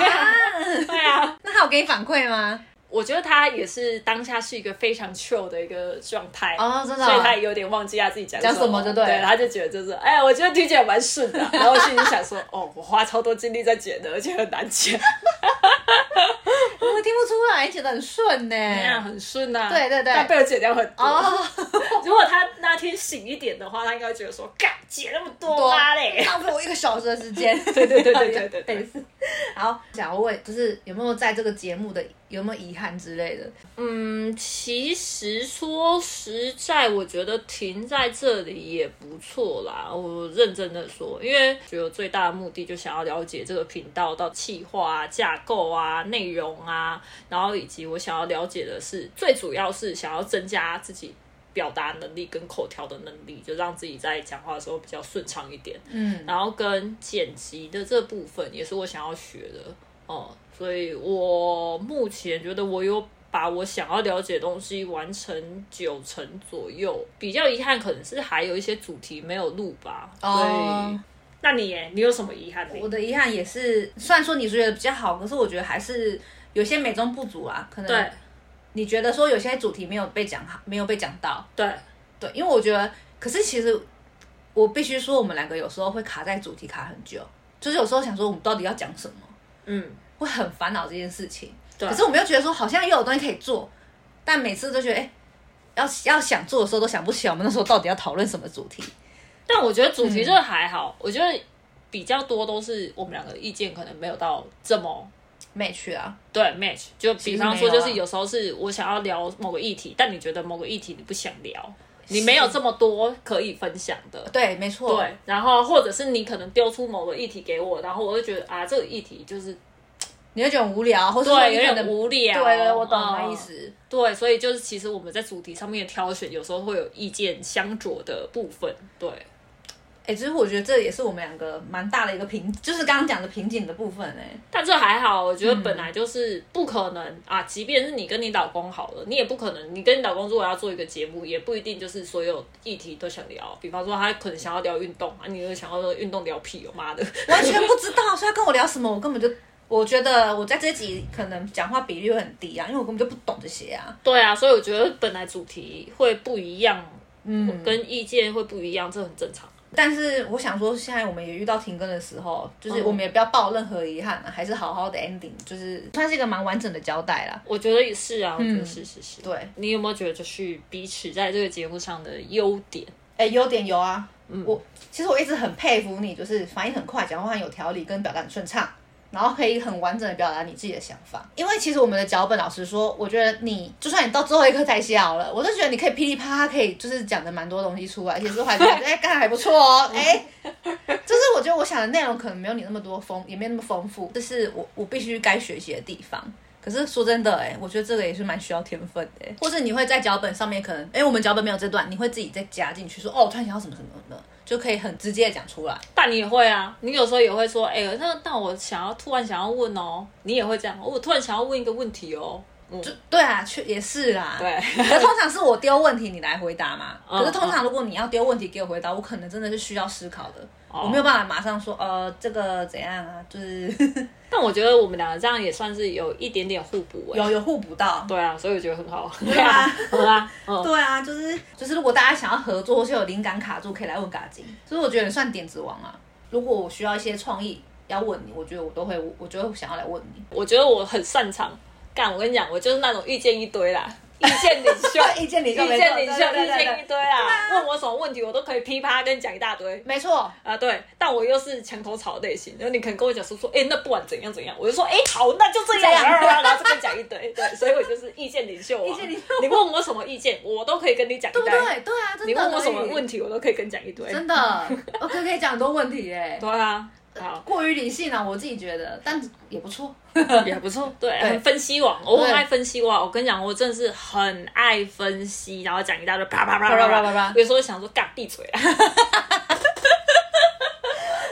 对啊，
那他有给你反馈吗？
我觉得他也是当下是一个非常 chill 的一个状态。
哦，真的哦，
所以他也有点忘记他自己讲
讲
什
什么就
对
对了
他就觉得就是，哎，我觉得听起来蛮顺
[laughs]
的啊、然后我心里想说，哦，我花超多精力在剪的，而且很难
[laughs]
剪，
我听不出来，写的很顺呢、
那样很顺啊。
对对对
但被我剪掉很多。
哦，
[laughs] 如果他那天醒一点的话，他应该会觉得说，干姐那么多
多
妈嘞。
浪费我一个小时的时间。
[laughs] 对对对对对对对
类似。好，想要问，就是有没有在这个节目的有没有遗憾之类的？
嗯，其实说实在，我觉得停在这里也不错啦。我认真的说，因为觉得最大的目的就想要了解这个频道到企划啊、架构啊、内容啊，然后以及我想要了解的是，最主要是想要增加自己。表达能力跟口条的能力，就让自己在讲话的时候比较顺畅一点。
嗯，
然后跟剪辑的这部分也是我想要学的。哦、所以我目前觉得我有把我想要了解的东西完成九成左右，比较遗憾可能是还有一些主题没有录吧。所以，那你耶，你有什么遗憾
哦我
呢？
的遗憾也是，虽然说你觉得比较好，可是我觉得还是有些美中不足啊。可
对
能你觉得说有些主题没有被讲好，没有被讲到。
对，
对，因为我觉得，可是其实我必须说，我们两个有时候会卡在主题卡很久，就是有时候想说我们到底要讲什么，
嗯，
会很烦恼这件事情。
对啊
可是我们又觉得说好像又有东西可以做，但每次都觉得哎、要要想做的时候都想不起来我们那时候到底要讨论什么主题。
但我觉得主题
嗯
这个还好，我觉得比较多都是我们两个意见可能没有到这么。
没去啊，
对 match，就比
实
方
没
说，
有
就是
啊
有时候是我想要聊某个议题，但你觉得某个议题你不想聊，你没有这么多可以分享的，
对，没错，
对，然后或者是你可能丢出某个议题给我，然后我就觉得啊，这个议题就是
你会觉得很无聊，或者
对有点
点
无聊。
对，我懂
嗯
那意。思。
对，所以就是其实我们在主题上面的挑选，有时候会有意见相左的部分。对，
哎、其实我觉得这也是我们两个蛮大的一个瓶，就是刚刚讲的瓶颈的部分哎、
[laughs] 但这还好，我觉得本来就是不可能、啊。即便是你跟你老公好了，你也不可能，你跟你老公如果要做一个节目，也不一定就是所有议题都想聊。比方说，他可能想要聊运动啊，你又想要说运动聊屁哦，妈的！ [laughs]
完全不知道，所以他跟我聊什么，我根本就，我觉得我在这一集可能讲话比率会很低啊，因为我根本就不懂这些啊。
对啊，所以我觉得本来主题会不一样，嗯，跟意见会不一样，这很正常。
但是我想说，现在我们也遇到停更的时候，就是
嗯
我们也不要抱任何遗憾啊，还是好好的 ending，就是算是一个蛮完整的交代啦。
我觉得也是啊，我觉得是是是。
对，
你有没有觉得就是彼此在这个节目上的优点？
哎、优点有啊，我其实我一直很佩服你，就是反应很快，讲话很有条理，跟表达很顺畅，然后可以很完整的表达你自己的想法。因为其实我们的脚本，老实说，我觉得你就算你到最后一刻才写好了，我都觉得你可以噼里啪啦，可以就是讲的蛮多东西出来，而且是还觉得哎，干、还不错哦，哎、就是我觉得我想的内容可能没有你那么多丰，也没那么丰富，这是我我必须该学习的地方。可是说真的、哎，我觉得这个也是蛮需要天分的、哎或是你会在脚本上面可能，哎、我们脚本没有这段，你会自己再加进去说，哦，我突然想到什么什么什么，就可以很直接的讲出来。
但你也会啊，你有时候也会说，哎、那那我想要突然想要问哦，你也会这样，哦我突然想要问一个问题哦，嗯，
就对啊，确也是啦。。
对，
可是通常是我丢问题，你来回答嘛。
[laughs] 嗯
可是通常如果你要丢问题给我回答，我可能真的是需要思考的，
哦
我没有办法马上说，呃，这个怎样啊？就是 [laughs]
但我觉得我们两个这样也算是有一点点互补、欸，
有有互补到。
对啊，所以我觉得很
[laughs]
好，对
啊
[laughs] 好啊，嗯，
对啊，就是就是，如果大家想要合作或是有灵感卡住，可以来问嘎金。就是我觉得你算点子王啊。如果我需要一些创意要问你，我觉得我都会，我就会想要来问你。
我觉得我很擅长干，我跟你讲，我就是那种意见一堆
[laughs]
啦，意见领袖，
意见领
意
袖，
见领袖，
对啊
意见一，堆啦，问我什么问题我都可以噼啪跟你讲一大堆。
没错，
啊，对，但我又是墙头草类型，然后你可能跟我讲说说，哎、那不管怎样怎样，我就说，哎、好，那就这样，啊
这样
然后就跟你讲一堆，对，所以我就是意见领袖、啊，
意见领袖
你问我什么意见，我都可以跟你讲一
对
堆，
不对？对啊，真的。
你问我什么问
题？
题，我都可以跟你讲一堆，
真的，我可可以讲很多问题耶。
对啊，好，
过于理性啊，我自己觉得，但也不错。
也不错，对，
对
很分析网，我很
对
爱分析网，我跟你讲，我真的是很爱分析，然后讲一大堆，啪啪啪
啪
啪啪
啪啪
啪
啪
啪
啪，
有时候想说，干，闭嘴啊。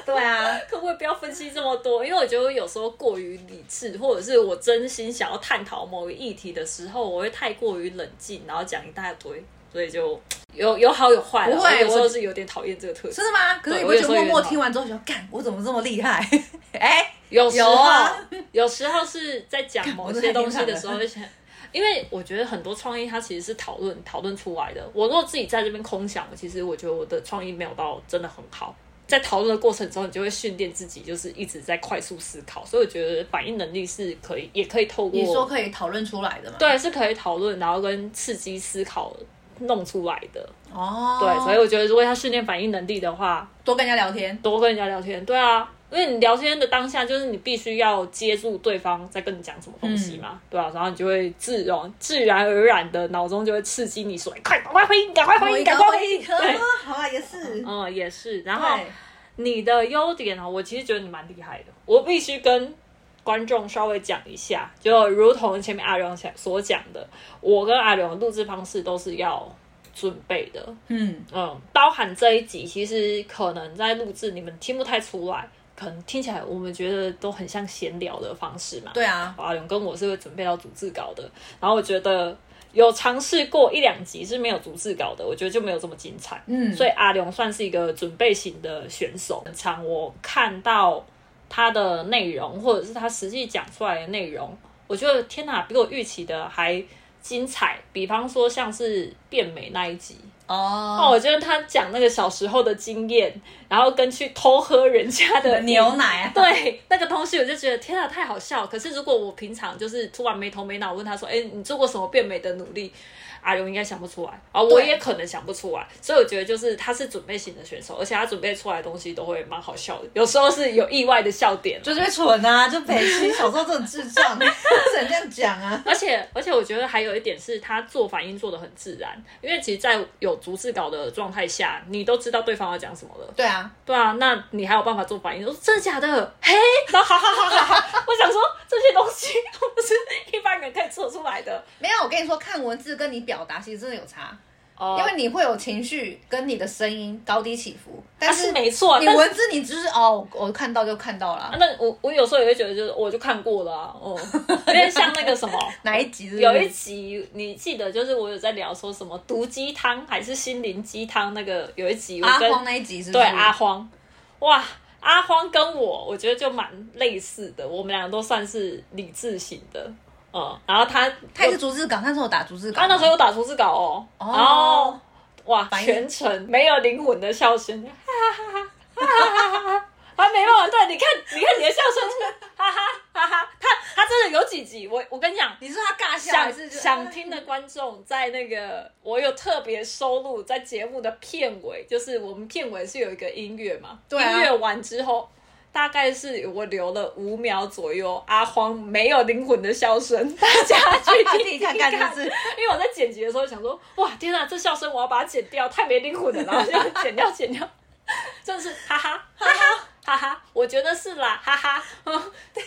对啊，
可不可以不要分析这么多？因为我觉得我有时候过于理智，或者是我真心想要探讨某个议题的时候，我会太过于冷静，然后讲一大堆，所以就有有好有坏啦。
不会
我有时候
我
是有点讨厌这个特质。
真的吗？可是你
对
不
我有
觉
时
得
候
默默
也很
听完之后想，干，我怎么这么厉害？ [laughs] 哎，
有时候，
有啊
有时候是在讲某些东西的时候，
我
就想，因为我觉得很多创意它其实是讨论讨论出来的。我如果自己在这边空想，其实我觉得我的创意没有到真的很好。在讨论的过程中，你就会训练自己，就是一直在快速思考，所以我觉得反应能力是可以，也可以透过
你说可以讨论出来的嘛？，
对，是可以讨论，然后跟刺激思考弄出来的。
哦，
对，所以我觉得如果要训练反应能力的话，
多跟人家聊天。
多跟人家聊天。对啊，因为你聊天的当下，就是你必须要接住对方在跟你讲什么东西嘛，对啊，然后你就会自然自然而然的脑中就会刺激你说，哎快赶快回应，赶快回应，哦赶快回应。对，
好啊，也是。
嗯，也是。然后
对，
你的优点哦，我其实觉得你蛮厉害的，我必须跟观众稍微讲一下，就如同前面阿荣讲所讲的，我跟阿荣的录制方式都是要准备的，
嗯，
嗯，包含这一集，其实可能在录制你们听不太出来，可能听起来我们觉得都很像闲聊的方式嘛。
对啊，
阿勇跟我是会准备到逐字稿的，然后我觉得有尝试过一两集是没有逐字稿的，我觉得就没有这么精彩。
嗯
所以阿勇算是一个准备型的选手。很常我看到他的内容，或者是他实际讲出来的内容，我觉得天哪，比我预期的还精彩。比方说像是变美那一集，哦，
哦，
我觉得他讲那个小时候的经验，然后跟去偷喝人家的
[laughs] 牛。奶啊，
对那个东西，我就觉得天啊，太好笑！可是如果我平常就是突然没头没脑问他说：“哎、你做过什么变美的努力？”阿勇应该想不出来啊，我也可能想不出来，所以我觉得就是他是准备型的选手，而且他准备出来的东西都会蛮好笑的，有时候是有意外的笑
[laughs]
点。
就是会蠢啊，就北七小时候这种
[laughs]
智障，不能这样讲啊。
而且而且我觉得还有一点是他做反应做的很自然，因为其实，在有逐字稿的状态下，你都知道对方要讲什么了。
对啊，
对啊，那你还有办法做反应？我说真的假的？嘿，然后哈哈哈哈哈！
[laughs]
我想说这些东西不是一般人可以做出来的。
没有，我跟你说，看文字跟你表达其实真的有差，
哦
因为你会有情绪跟你的声音高低起伏，
那
但
是没错啊，
你
但是啊
文字你就是哦，我看到就看到了，
那我我有时候也会觉得，就是我就看过了、啊，
[laughs]
哦，因为像那个什么。
哪一集是不是
有一集你记得，就是我有在聊说什么毒鸡汤还是心灵鸡汤那个有一集，
阿
我跟
荒那一集是不
对
是？
阿荒，哇，阿荒跟我，我觉得就蛮类似的，我们两个都算是理智型的，嗯，然后他
他也是逐字稿，那时候有打逐字
他
稿吗，
啊那时候有打逐字稿哦，
哦
然后哇，
反应
全程没有灵魂的笑声，哈哈哈哈哈哈哈哈哈，还没办法，对，你看，你看你的笑声，哈哈哈哈，他他真的有几集，我我跟你讲。
你是说他尬笑还
想
是就啊
想听的观众，在那个我有特别收录在节目的片尾，就是我们片尾是有一个音乐嘛，
对啊
音乐完之后，大概是我留了五秒左右，阿荒没有灵魂的笑声，大家去
自
听
己
听
看看是不是？
[laughs] 因为我在剪辑的时候想说，哇，天哪，这笑声我要把它剪掉，太没灵魂了，然后就剪掉，剪掉， [laughs] 真的是哈哈哈哈哈哈，我觉得是啦，哈哈， [laughs] 嗯，真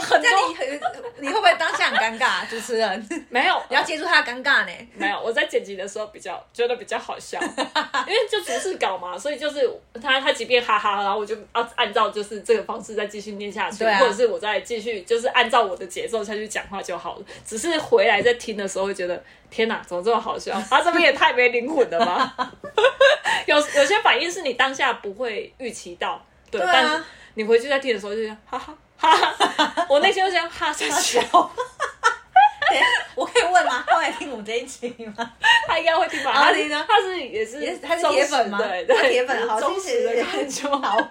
的
[laughs]
很
那
多
你很你会不会当下很尴尬？主持人， [laughs]
没有
你要接住他的尴尬呢？
没有，我在剪辑的时候比较觉得比较好笑， [laughs] 因为就逐字稿嘛，所以就是他他即便哈哈，然后我就要按照就是这个方式再继续念下去，
对啊
或者是我再继续就是按照我的节奏下去讲话就好了。只是回来在听的时候会觉得，天哪，怎么这么好笑？他这边也太没灵魂了吧？ [laughs] 有有些反应是你当下不会预期到，对，
对啊
但是你回去再听的时候就觉得哈哈哈哈，我内心就想哈在笑，
对我可以问吗？他会听我们这一集吗？
他应该会听吧？
好
他
你呢
他是哦也是
也他是铁粉吗
忠实对
他
对，
铁粉好
忠实
谢谢
的观 [laughs] 众。
[laughs] 好，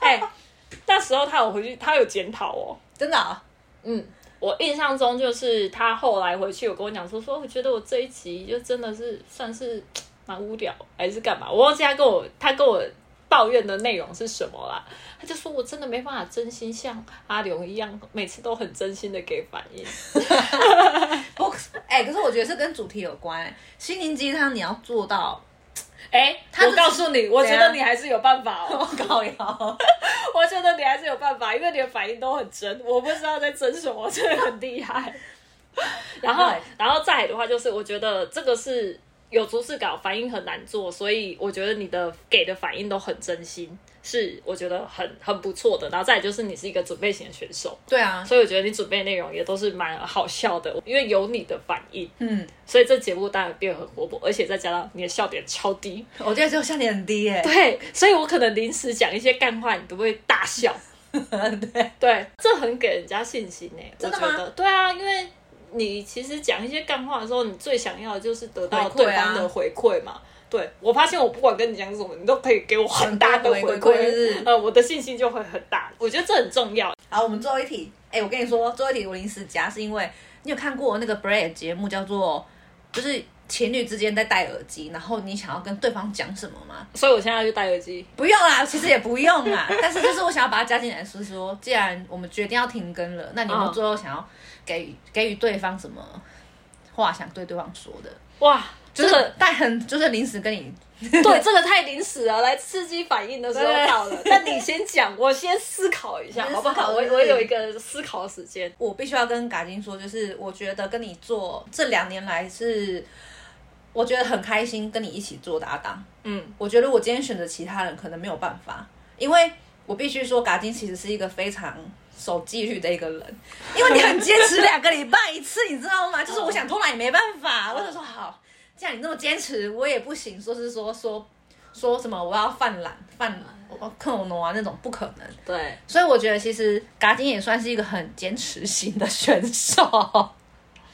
哎，那时候他有回去，他有检讨哦。
真的啊、
嗯，我印象中就是他后来回去有跟我讲说，说我觉得我这一集就真的是算是蛮无聊，还是干嘛？我忘记他跟我他跟我抱怨的内容是什么啦。他就说我真的没办法真心像阿龙一样，每次都很真心的给反应。
不，哎、可是我觉得这跟主题有关、心灵鸡汤你要做 [laughs] 到
[laughs] 哎、
他
我
是
告诉你，我觉
怎
得
样
你还是有办法哦。
高腰，
我觉得你还是有办法，因为你的反应都很真，我不知道在真什么， [laughs] 真的很厉害。然后
对，
然后再来的话，就是我觉得这个是有逐字稿，反应很难做，所以我觉得你的给的反应都很真心，是我觉得很很不错的。然后再来就是你是一个准备型的选手，
对啊，
所以我觉得你准备的内容也都是蛮好笑的，因为有你的反应，
嗯，
所以这节目当然变得很活泼，而且再加上你的笑点超低，
我觉得只有笑点很低哎、
对，所以我可能临时讲一些干话，你都会大笑。
[laughs] 对，
对，这很给人家信心呢、我
真的
觉
吗
得，对啊，因为你其实讲一些干话的时候，你最想要的就是得到
回馈
对
啊
方的回馈嘛。对我发现，我不管跟你讲什么，你都可以给我很大的
很
回
多回馈是
馈，呃，我的信心就会很大。我觉得这很重要。
好，我们最后一题，哎、我跟你说，最后一题我临时加是因为你有看过那个 Bray 的节目叫做就是情侣之间在戴耳机，然后你想要跟对方讲什么吗？
所以我现在就戴耳机。
不用啦，其实也不用啦， [laughs] 但是就是我想要把它加进来，是说，既然我们决定要停更了，那你们
嗯
最后想要给予、给予对方什么话想对对方说的？
哇，
就
这
是
个
但很就是临时跟你，
对这个太临时了，来刺激反应的时候
对
到了。那你先讲，我先思考一下，
你先
好不
思
好？
考
我
是不
我
是
有一个思考的时间。
我必须要跟嘎金说，就是我觉得跟你做这两年来是，我觉得很开心跟你一起做搭档。
嗯
我觉得我今天选择其他人可能没有办法，因为我必须说，嘎金其实是一个非常守纪律的一个人，因为你很坚持两个礼拜一次，你知道吗？就是我想偷懒也没办法，我就说好，既然你那么坚持，我也不行，说是说说说什么我要犯懒犯我克我挪啊那种不可能。
对，
所以我觉得其实嘎金也算是一个很坚持型的选手。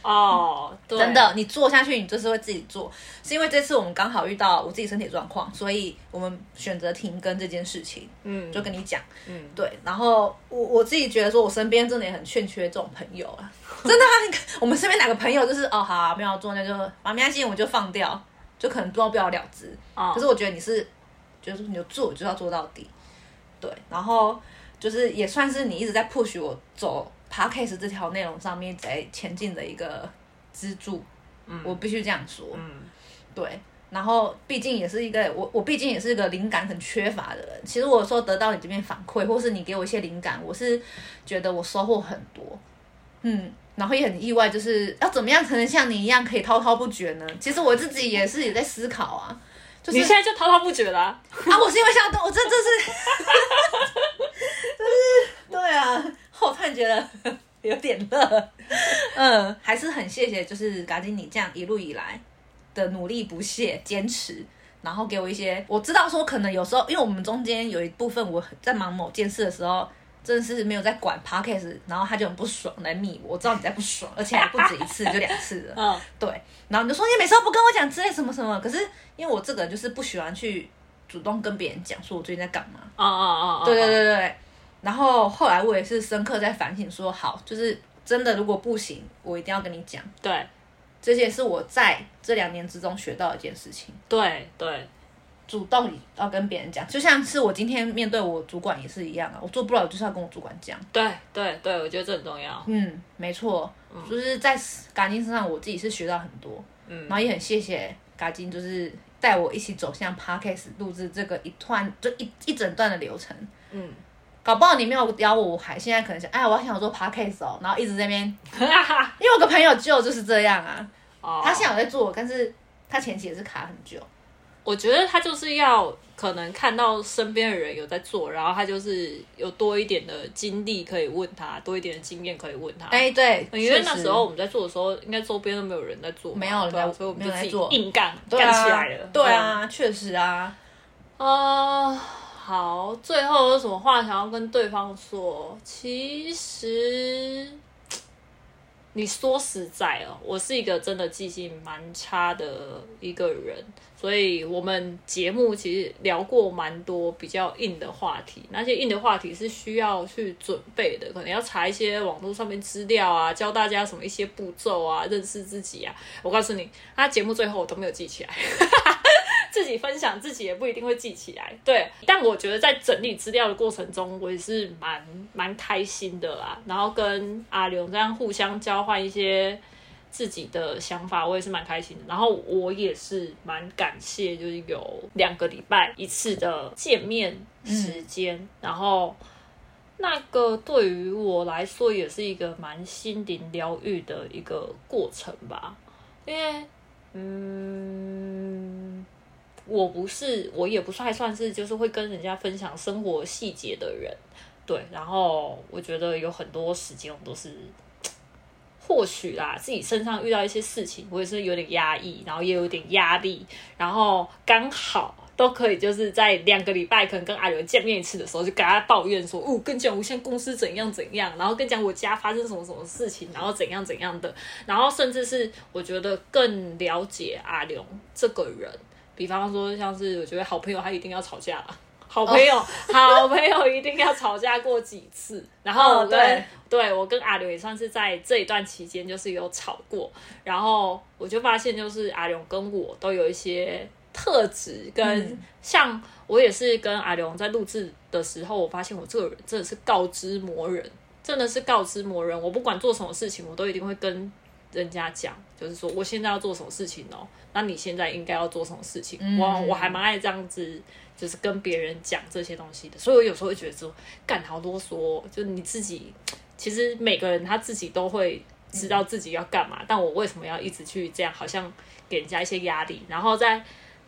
哦，对
真的，，你做下去，你就是会自己做。是因为这次我们刚好遇到我自己身体状况，所以我们选择停更这件事情，
嗯，
就跟你讲。
嗯，
对，然后我我自己觉得说，我身边真的也很欠缺这种朋友啊， [laughs] 真的、啊。你看我们身边哪个朋友就是哦，好、啊，没有做，那就啊，没关系，我就放掉，就可能做到不了了之。
哦
可是我觉得你是，就是你就做，就要做到底。对，然后就是也算是你一直在 push 我走 podcast 这条内容上面在前进的一个支柱。嗯，我必须这样说。
嗯，
对。然后，毕竟也是一个我，我毕竟也是一个灵感很缺乏的人。其实我说得到你这边反馈，或是你给我一些灵感，我是觉得我收获很多，嗯，然后也很意外，就是要怎么样才能像你一样可以滔滔不绝呢？其实我自己也是也在思考啊，就是
你现在就滔滔不绝啦、
[laughs] 啊，我是因为想要动，我这这是，就是对啊，我突然觉得 [laughs] 有点热，嗯，还是很谢谢，就是嘎金你这样一路以来的努力不懈坚持。然后给我一些，我知道说可能有时候，因为我们中间有一部分我在忙某件事的时候，真的是没有在管 podcast，然后他就很不爽来密我，我知道你在不爽，而且还不止一次，就两次了。
嗯，
对，然后你就说你每次都不跟我讲之类什么什么，可是因为我这个人就是不喜欢去主动跟别人讲说我最近在干嘛。
哦哦哦，
对对，对对对。然后后来我也是深刻在反省说，好，就是真的如果不行，我一定要跟你讲。
对
这些是我在这两年之中学到的一件事情，
对对，
主动要跟别人讲，就像是我今天面对我主管也是一样啊，我做不了我就是要跟我主管讲。
对对对，我觉得这很重要。
嗯，没错，就是在嘎金身上，我自己是学到很多，
嗯
然后也很谢谢嘎金，就是带我一起走向 podcast 录制这个一段就一一整段的流程。
嗯，
搞不好你没有邀我，我还现在可能想，哎，我还想做 podcast 哦，然后一直在那边，
哈哈，
因为我有个朋友就就是这样啊，
嗯哦，
[laughs] 他现在有在做，但是他前期也是卡很久。
我觉得他就是要可能看到身边的人有在做，然后他就是有多一点的经历可以问他，多一点的经验可以问他。
哎，对，
因为
确实
那时候我们在做的时候，应该周边都没有人在做嘛，
没有人
对啊
在
所以我们
没
就
有人
自
在
己
做
硬干
对啊
干起来了。
对啊，确实啊，
嗯，啊、好，最后有什么话想要跟对方说？其实你说实在哦，我是一个真的记性蛮差的一个人，所以我们节目其实聊过蛮多比较硬的话题，那些硬的话题是需要去准备的，可能要查一些网络上面资料啊，教大家什么一些步骤啊，认识自己啊。我告诉你，他节目最后我都没有记起来。 [laughs] 自己分享，自己也不一定会记起来。对，但我觉得在整理资料的过程中，我也是蛮蛮开心的啦。然后跟阿刘这样互相交换一些自己的想法，我也是蛮开心的。然后我也是蛮感谢，就是有两个礼拜一次的见面时间，然后。那个对于我来说也是一个蛮心灵疗愈的一个过程吧，因为，嗯，我不是，我也不太算是就是会跟人家分享生活细节的人，对。然后我觉得有很多时间我都是，或许啦，自己身上遇到一些事情，我也是有点压抑，然后也有点压力，然后刚好。都可以，就是在两个礼拜，可能跟阿刘见面一次的时候，就跟他抱怨说，哦，跟你讲我现在公司怎样怎样，然后跟你讲我家发生什么什么事情，然后怎样怎样的，然后甚至是我觉得更了解阿刘这个人，比方说，像是我觉得好朋友他一定要吵架啦， [laughs] 好朋友、
哦
好朋友一定要吵架过几次。然后
哦
我跟、
对
对我跟阿刘也算是在这一段期间就是有吵过，然后我就发现就是阿刘跟我都有一些特质跟、
嗯
像我也是跟阿刘在录制的时候，我发现我这个人真的是告知魔人，真的是告知魔人。我不管做什么事情，我都一定会跟人家讲，就是说我现在要做什么事情哦，那你现在应该要做什么事情。我我还蛮爱这样子，就是跟别人讲这些东西的。所以我有时候会觉得说，干好啰嗦哦、就你自己。其实每个人他自己都会知道自己要干嘛，但我为什么要一直去这样，好像给人家一些压力？然后在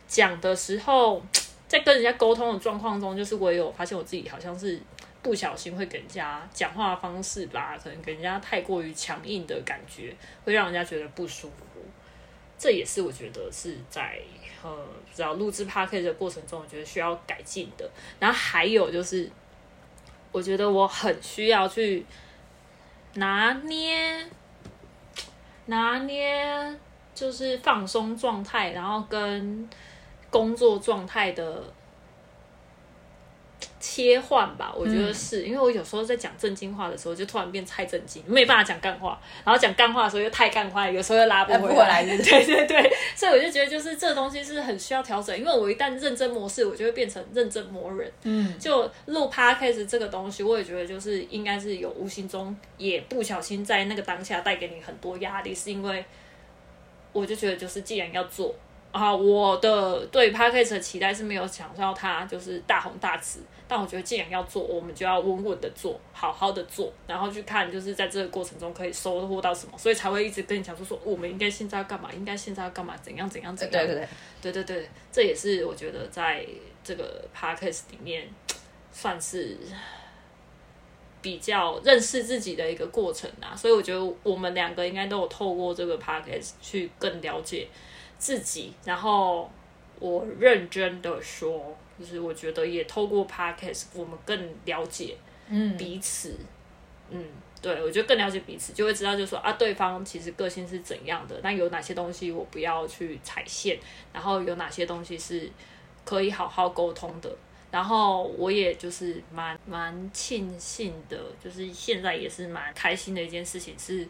讲的时候，在跟人家沟通的状况中，就是我也有发现我自己好像是不小心会给人家讲话的方式吧，可能给人家太过于强硬的感觉，会让人家觉得不舒服。这也是我觉得是在呃，不知道录制 p a c a g e 的过程中，我觉得需要改进的。然后还有就是，我觉得我很需要去拿捏拿捏，就是放松状态，然后跟工作状态的切换吧，我觉
嗯
得是、因为我有时候在讲正经话的时候，就突然变太正经，没办法讲干话，然后讲干话的时候又太干话，有时候又拉不
拉不
回
回
来
来是不
对对对，所以我就觉得就是这东西是很需要调整，因为我一旦认真模式，我就会变成认真魔人。
嗯，
就录 podcast 这个东西，我也觉得就是应该是有无形中也不小心在那个当下带给你很多压力，是因为我就觉得就是既然要做啊，我的对 podcast 的期待是没有想到它就是大红大紫，但我觉得既然要做，我们就要稳稳的做，好好的做，然后去看就是在这个过程中可以收获到什么，所以才会一直跟你讲说说我们应该现在要干嘛，应该现在要干嘛，怎样怎样怎
对
样。
对对，
对对对，这也是我觉得在这个 podcast 里面算是比较认识自己的一个过程啊。所以我觉得我们两个应该都有透过这个 podcast 去更了解自己。然后我认真的说，就是我觉得也透过 podcast 我们更了解
嗯，
彼此，嗯，对我觉得更了解彼此，就会知道就是说啊，对方其实个性是怎样的，那有哪些东西我不要去踩线，然后有哪些东西是可以好好沟通的。然后我也就是蛮蛮庆幸的，就是现在也是蛮开心的一件事情是，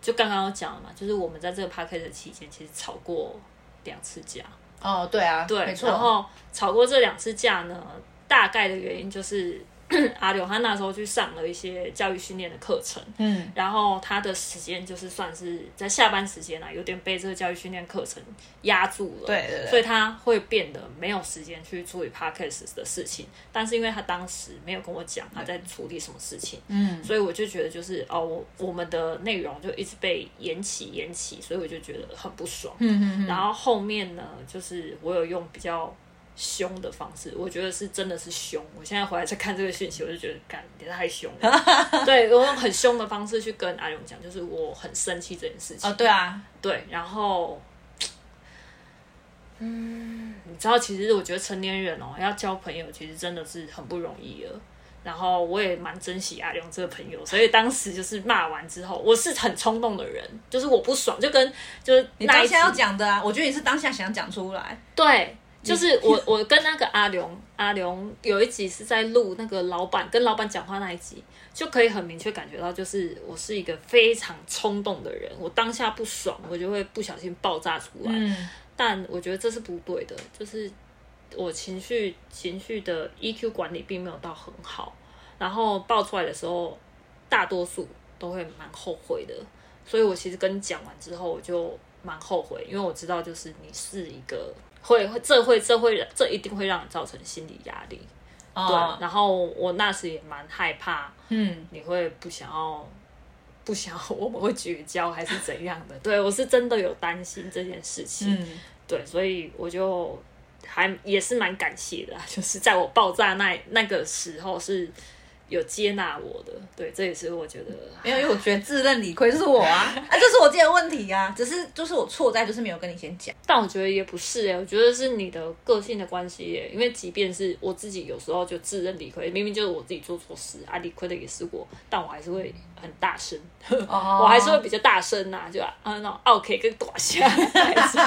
就刚刚有讲了嘛，就是我们在这个 p a c k a g e 期间其实吵过两次架，
哦，对啊，
对，
没错，
然后吵过这两次架呢，大概的原因就是 [clears throat] 阿柳他那时候去上了一些教育训练的课程，
嗯，
然后他的时间就是算是在下班时间啊，有点被这个教育训练课程压住了。
对对对
所以他会变得没有时间去处理 podcast 的事情，但是因为他当时没有跟我讲他在处理什么事情，
嗯，
所以我就觉得就是哦，我我们的内容就一直被延期延期，所以我就觉得很不爽，
嗯
然后后面呢，就是我有用比较凶的方式，我觉得是真的是凶。我现在回来再看这个讯息，我就觉得干也太凶
[laughs]
了。对我用很凶的方式去跟阿勇讲，就是我很生气这件事情。
哦，对啊，
对，然后，嗯，你知道，其实我觉得成年人哦，要交朋友其实真的是很不容易了。然后我也蛮珍惜阿良这个朋友，所以当时就是骂完之后，我是很冲动的人，就是我不爽，就跟就是
你
那
当
一次
下要讲的啊，我觉得你是当下想讲出来，
对，就是我我跟那个阿龙阿龙有一集是在录那个老板跟老板讲话那一集，就可以很明确感觉到，就是我是一个非常冲动的人，我当下不爽，我就会不小心爆炸出来。
嗯，
但我觉得这是不对的，就是我情绪情绪的 EQ 管理并没有到很好，然后爆出来的时候，大多数都会蛮后悔的。所以我其实跟你讲完之后，我就蛮后悔，因为我知道就是你是一个会会这会这会这一定会让你造成心理压力。对，
哦，
然后我那时也蛮害怕，
嗯，
你会不想要，不想要 [laughs] 我们会绝交还是怎样的？对我是真的有担心这件事情。
嗯，
对，所以我就还也是蛮感谢的啊， [laughs] 就是在我爆炸那那个时候是有接纳我的，对，这也是我觉得
没有，因为我觉得自认理亏就是 [laughs] 我啊，啊，这是我自己的问题啊，只是就是我错在就是没有跟你先讲，
但我觉得也不是哎、我觉得是你的个性的关系耶、因为即便是我自己有时候就自认理亏，明明就是我自己做错事啊，理亏的也是我，但我还是会很大声，
哦
我还是会比较大声呐、就啊那种 OK 跟短
[laughs]
下，还是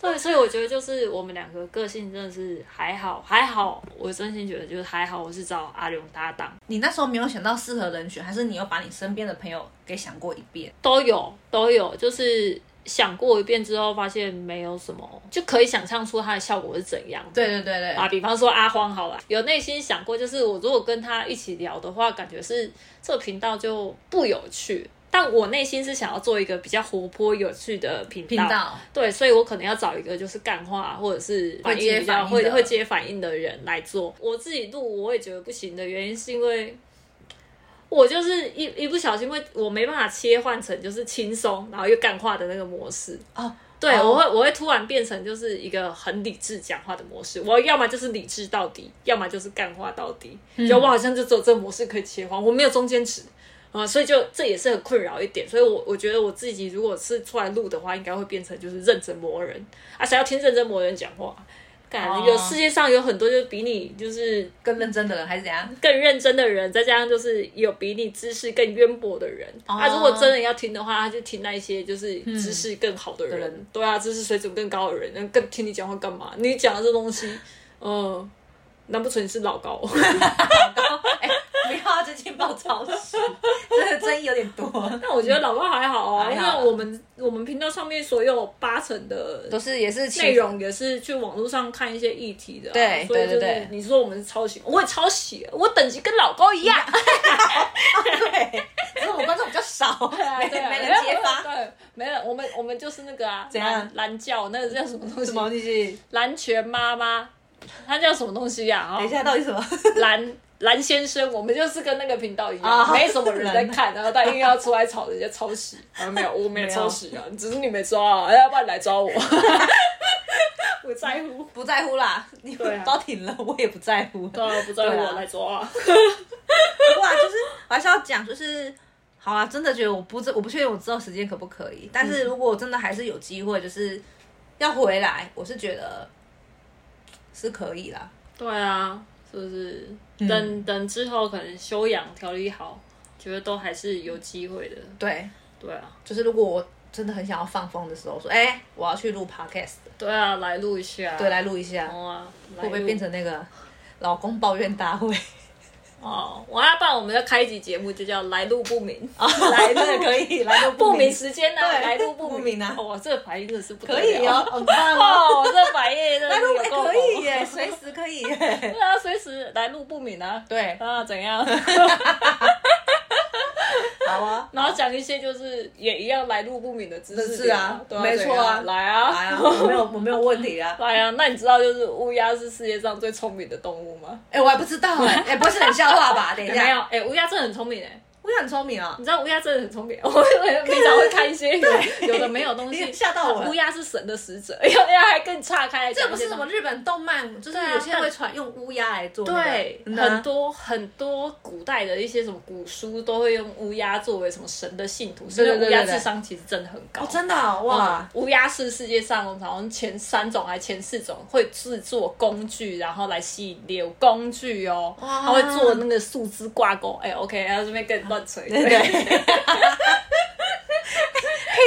对，所以我觉得就是我们两个个性真的是还好还好，我真心觉得就是还好，我是找阿勇搭档。
你那时候没有想到适合人选，还是你又把你身边的朋友给想过一遍？
都有都有，就是想过一遍之后，发现没有什么，就可以想象出它的效果是怎样的。
对对对对，
啊，比方说阿荒好了，有内心想过，就是我如果跟他一起聊的话，感觉是这个频道就不有趣。但我内心是想要做一个比较活泼有趣的频
频道，
对，所以我可能要找一个就是干话或者是
会
反
接
应比较
反应
会
的
会接反应的人来做。我自己录我也觉得不行的原因是因为。我就是一一不小心会，我没办法切换成就是轻松，然后又干话的那个模式。
哦，
对
哦
我会我会突然变成就是一个很理智讲话的模式，我要么就是理智到底，要么就是干话到底，
嗯
就我好像就只有这个模式可以切换，我没有中间值。啊、所以就这也是很困扰一点，所以我我觉得我自己如果是出来录的话，应该会变成就是认真磨人啊，谁要听认真磨人讲话？感
哦
有世界上有很多就是比你就是
更认真的人还是怎样？
更认真的人，再加上就是有比你知识更渊博的人。
哦
他、如果真的要听的话，他就听那一些就是知识更好的人，
的人
对啊，知识水准更高的人，那更听你讲话干嘛？你讲的这东西，嗯、难不成你是老
[laughs]
高？
哎、不要最近爆超 [laughs] 时，真的争议有点多。
但我觉得老高还好啊，
还
因
好
为我们我们频道上面所有八成的
都是也是其 [laughs]
内容也是去网络上看一些议题的啊、
对
所以就是
对对对
你说我们是抄袭，我也抄袭，我等级跟老高一样，
对，只是我观众比较少，没
对啊
没人揭发。
对，没人，我们我们就是那个啊，
怎样
蓝蓝教那个叫什么东西？
东西？
蓝泉妈妈，她叫什么东西呀、啊？
等一下，到底什么？
蓝蓝先生，我们就是跟那个频道一样， [laughs]
啊
没什么人在看，然后他硬要出来吵人家抄袭，啊没有，我没有
没有
抄袭啊，只是你没抓啊，要不然来抓 [laughs] 我，我在乎。
[laughs] 不在乎啦，你
对啊
们都挺了，我也不在乎。
对啊，不在乎
对
我
啊
来抓、啊，
哇，啊就是我还是要讲，就是好啊，真的觉得我不知我不确定我知道时间可不可以，但是如果我真的还是有机会，就是要回来，我是觉得是可以啦。
对啊，是不是？等、等之后可能修养调理好，觉得都还是有机会的。
对，
对啊，
就是如果我真的很想要放风的时候，说哎、我要去录 podcast，
对啊，来录一下。
对，来录一下，
哦啊，
会
会
不会变成那个老公抱怨大会？
哦？我要不然我们要开一集节目，就叫“来路不
[laughs]
明”啊，来
[laughs] 来
路
对，可以，来录
[laughs] 不明时间呢、
哦对
来路不
不明啊
哇，这个反应真的是不得了
可以哦，。很棒哦，
哦，这反应真的
[laughs] 来
是
录
有
也
够
可以
猛
[laughs] 耶，随时可以耶。
[laughs] 对啊，随时来路不明啊。
对，
啊，怎样？ [laughs]
好啊，
然后讲一些就是也一样来路不明的知识
是
点
啊
对啊，
没
怎
错
样
啊
来啊，
来啊，我没有我没有问题啊。
来啊。那你知道就是乌鸦是世界上最聪明的动物吗？
哎、我还不知道哎、哎、不会是冷笑话吧？等一
欸
下，
没有，，哎，乌鸦真的很聪明哎。
我也很聪明啊、
你知道乌鸦真的很聪明，我 [laughs] 我平常会看一些有有的没有东西，啊
你 [laughs] 吓到我了
乌鸦是神的使者， [laughs] 要要还更岔开来
这
讲
不
一些
是
东西，
什么日本动漫，就是
对啊
有些人会传用乌鸦来做、那个
对，
嗯啊
很多很多古代的一些什么古书都会用乌鸦作为什么神的信徒，所以
对对对
乌鸦
对对
智商其实真的很高。
哦，真的哦、
哇
哇，，
乌鸦是世界上好像前三种还前四种会制作工具，然后来吸引猎物工具哦。
哇
它会做那个树枝挂钩，哎、o k 然后这边跟乱吹。
对对对，可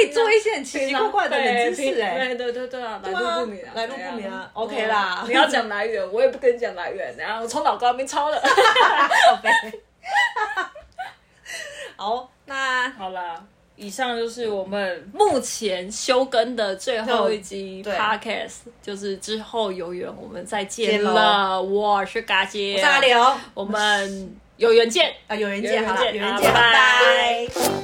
以做一些很奇奇怪怪的冷知识哎、
对对对对啊，来
对啊
路不明啊，
来路不明啊
对
OK 啦
嗯你要讲来源，我也不跟你讲来源，然后我从老高那边抄
[laughs]
的。
好，那
好啦，以上就是我们目前休更的最后一集
[laughs] 对
podcast，就是之后有缘我们再见
见咯
了。我是嘎姐，
我是阿，刘
我们有缘见。
啊，有人
有
见
缘
好了，
见
有人
好
见，
拜
拜拜。